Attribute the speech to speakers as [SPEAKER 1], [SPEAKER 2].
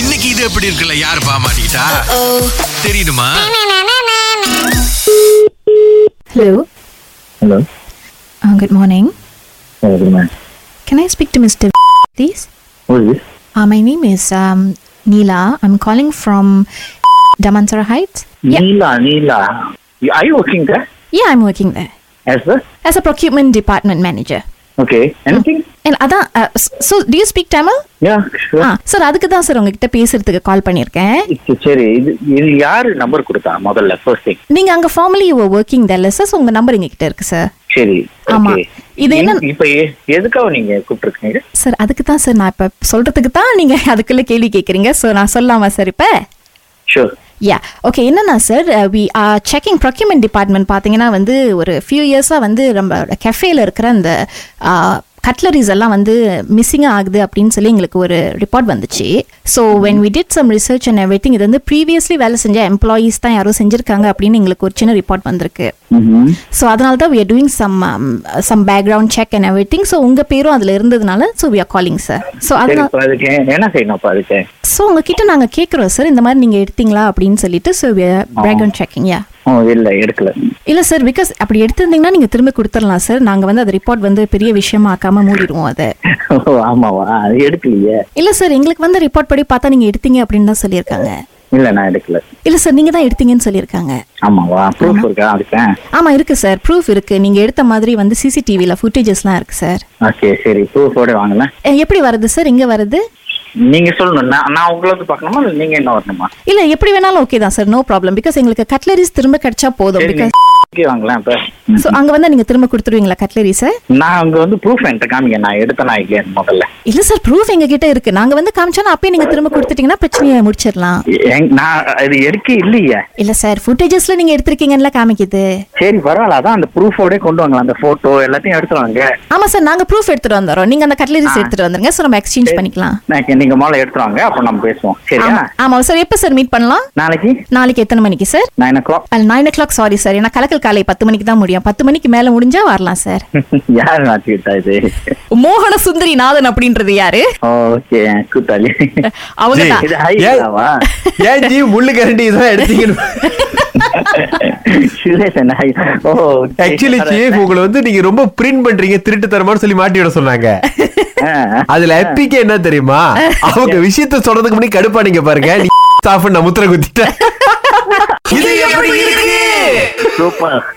[SPEAKER 1] இன்னைக்கு இது எப்படி இருக்குல்ல யாரு பாமாட்டா தெரியுமா
[SPEAKER 2] Hello.
[SPEAKER 3] Hello
[SPEAKER 2] Uh, good morning.
[SPEAKER 3] வணக்கம்
[SPEAKER 2] Can I speak to Mr. please?
[SPEAKER 3] Ma'am
[SPEAKER 2] Uh, my name is um, Neela. I'm calling from Damansara Heights. Yeah.
[SPEAKER 3] Neela Neela I working
[SPEAKER 2] Yeah, I'm working there
[SPEAKER 3] yes sir
[SPEAKER 2] as a procurement department manager.
[SPEAKER 3] Okay anything
[SPEAKER 2] And அதான் uh, s- so do you speak Tamil?
[SPEAKER 3] Yeah
[SPEAKER 2] ஆ sir அதுக்கு தான் sir உங்ககிட்ட பேசுறதுக்கு கால் பண்ணியிருக்கேன்
[SPEAKER 3] சரி இது இது யாரு நம்பர் கொடுத்தா முதல்ல ஃபர்ஸ்ட் திங்
[SPEAKER 2] நீங்க அங்க ஃபார்மலி ஒர்க்கிங் தெரியல சார் so உங்க நம்பர் எங்ககிட்ட இருக்கு சார்
[SPEAKER 3] சரி
[SPEAKER 2] ஆமா.
[SPEAKER 3] okay.
[SPEAKER 2] இது என்ன-
[SPEAKER 3] நீங்க- இப்ப எ- எதுக்காக நீங்க கூப்பிட்டுருக்கீங்க
[SPEAKER 2] சார் அதுக்கு தான் சார் நான் இப்போ சொல்றதுக்கு தான் நீங்க அதுக்குள்ள கேள்வி கேட்குறீங்க ஸோ நான் சொல்லாமா சார் இப்போ
[SPEAKER 3] ஷூர்
[SPEAKER 2] யா ஓகே என்னன்னா uh, sir we are checking procurement department பார்த்தீங்கன்னா வந்து ஒரு ஃபியூ இயர்ஸாக வந்து நம்ம கெஃபேல இருக்கிற அந்த கட்லரிஸ் எல்லாம் வந்து மிஸ்ஸிங்காக ஆகுது அப்படின்னு சொல்லி எங்களுக்கு ஒரு ரிப்போர்ட் வந்துச்சு so when we did some research and every இது வந்து ப்ரீவியஸ்லி வேலை செஞ்ச எம்ப்ளாயீஸ் தான் யாரோ செஞ்சிருக்காங்க அப்படின்னு எங்களுக்கு ஒரு சின்ன ரிப்போர்ட் வந்திருக்கு ஸோ அதனால தான் we are doing some um, some background check and everything so உங்கள் பேரும் அதில் இருந்ததுனால so we are calling sir so
[SPEAKER 3] சரி
[SPEAKER 2] அதனால
[SPEAKER 3] இப்ப அதுக்கு என்ன செய்யணும் இப்ப அதுக்கு
[SPEAKER 2] ஸோ உங்ககிட்ட நாங்கள் கேட்குறோம் சார் இந்த மாதிரி நீங்கள் எடுத்தீங்களா அப்படின்னு சொல்லிட்டு ஸோ பேக்ரவுண்ட் செக்கிங் யா
[SPEAKER 3] ஓ இல்ல எடுக்கல
[SPEAKER 2] இல்லை சார் பிகாஸ் அப்படி எடுத்திருந்தீங்கன்னா நீங்கள் திரும்ப கொடுத்துடலாம் சார் நாங்கள் வந்து அது ரிப்போர்ட் வந்து பெரிய விஷயமா ஆக்காம மூடிடுவோம் அதை
[SPEAKER 3] ஓ ஆமாவா அது எடுக்கலையே
[SPEAKER 2] இல்லை சார் எங்களுக்கு வந்து ரிப்போர்ட் படி பார்த்தா நீங்கள் எடுத்தீங்க அப்படின்னு தான் சொல்லியிருக்காங்க
[SPEAKER 3] இல்ல நான் எடுக்கல
[SPEAKER 2] இல்லை சார் நீங்கள் தான் எடுத்தீங்கன்னு சொல்லியிருக்காங்க
[SPEAKER 3] ஆமாவா ப்ரூஃப் இருக்கா அதுக்கு
[SPEAKER 2] ஆமாம் இருக்குது சார் ப்ரூஃப் இருக்குது நீங்கள் எடுத்த மாதிரி வந்து சிசிடிவியில் ஃபுட்டேஜஸ்லாம் இருக்குது சார்
[SPEAKER 3] ஓகே சரி ப்ரூஃபோட வாங்கல
[SPEAKER 2] அஹ் எப்படி வருது சார் எங்கே வருது
[SPEAKER 3] நீங்க சொல்லணும் நான் நான் உங்களுக்கு பார்க்கணுமா இல்ல நீங்க என்ன வரணுமா
[SPEAKER 2] இல்லை எப்படி வேணாலும் ஓகே தான் சார் நோ ப்ராப்ளம் பிகாஸ் எங்களுக்கு கட்லரிஸ் திரும்ப கிடைச்சா போதும்
[SPEAKER 3] சரி,
[SPEAKER 2] பிகாஸ்
[SPEAKER 3] ஓகே வாங்கலாம் இப்ப
[SPEAKER 2] ஸோ அங்கே வந்து நீங்கள் திரும்ப கொடுத்துருவீங்களா கட்லரி சார்
[SPEAKER 3] நான் அங்க வந்து ப்ரூஃப் என்கிட்ட காமிங்க நான் எடுத்தனா இல்லையான்னு முதல்ல
[SPEAKER 2] இல்ல சார் ப்ரூஃப் எங்க கிட்ட இருக்கு நாங்க வந்து காமிச்சோன்னா அப்பயே நீங்க திரும்ப கொடுத்துட்டீங்கன்னா பிரச்சனையை முடிச்சிடலாம்
[SPEAKER 3] எங்க- நான் அது எடுக்க இல்லையே
[SPEAKER 2] இல்ல சார் ஃபுட்டேஜஸ்ல நீங்க எடுத்திருக்கீங்கன்னு காமிக்குது
[SPEAKER 3] சரி பரவாயில்ல அதான் அந்த ப்ரூஃபோட கொண்டு வாங்கலாம் அந்த போட்டோ எல்லாத்தையும் எடுத்து வாங்க
[SPEAKER 2] ஆமா சார் நாங்க ப்ரூஃப் எடுத்துட்டு வந்துடுறோம் நீங்க அந்த கட்லரிஸ் எடுத்துட்டு வந்துருங்க ஸோ நம்ம எக்ஸ்சேஞ்ச் பண்ணிக்கலாம்
[SPEAKER 3] நான் நீங்க முதல்ல எடுத்து வாங்க அப்ப நம்ம பேசுவோம் சரியா
[SPEAKER 2] ஆமா ஆமா சார் எப்போ சார் மீட் பண்ணலாம்
[SPEAKER 3] நாளைக்கு
[SPEAKER 2] நாளைக்கு எத்தனை மணிக்கு sir
[SPEAKER 3] nine o'clock
[SPEAKER 2] nine o'clock sorry sir ஏன்னா கலக்கல் காலை பத்து மணிக்கு தான் முடியும் பத்து மணிக்கு மேல முடிஞ்சா வரலாம் சார்
[SPEAKER 3] யார் நாச்சுக்கிட்டா இது
[SPEAKER 2] மோகன சுந்தரி நாதன் அப்படின்றது யாரு
[SPEAKER 3] ஓகே கூட்டாளி
[SPEAKER 2] அவங்க
[SPEAKER 4] ஜி.
[SPEAKER 2] தான்
[SPEAKER 3] இது ஹைதாவா
[SPEAKER 4] ஏன் ஜி முள்ளு கரண்டி இதெல்லாம் எடுத்தீங்கன்னு
[SPEAKER 3] Sureshan hi oh
[SPEAKER 4] actually chief உங்களை வந்து நீங்க ரொம்ப பிரிண்ட் பண்றீங்க திருட்டு தரமான்னு சொல்லி மாட்டி விட சொன்னாங்க அதுல எப்பிக்கே என்ன தெரியுமா அவங்க விஷயத்த சொல்றதுக்கு முன்னாடி கடுப்பானீங்க பாருங்க நீ staff ன்னு நான் முத்திர குத்திட்டேன் இது எப்படி இருக்கு
[SPEAKER 3] சூப்பர்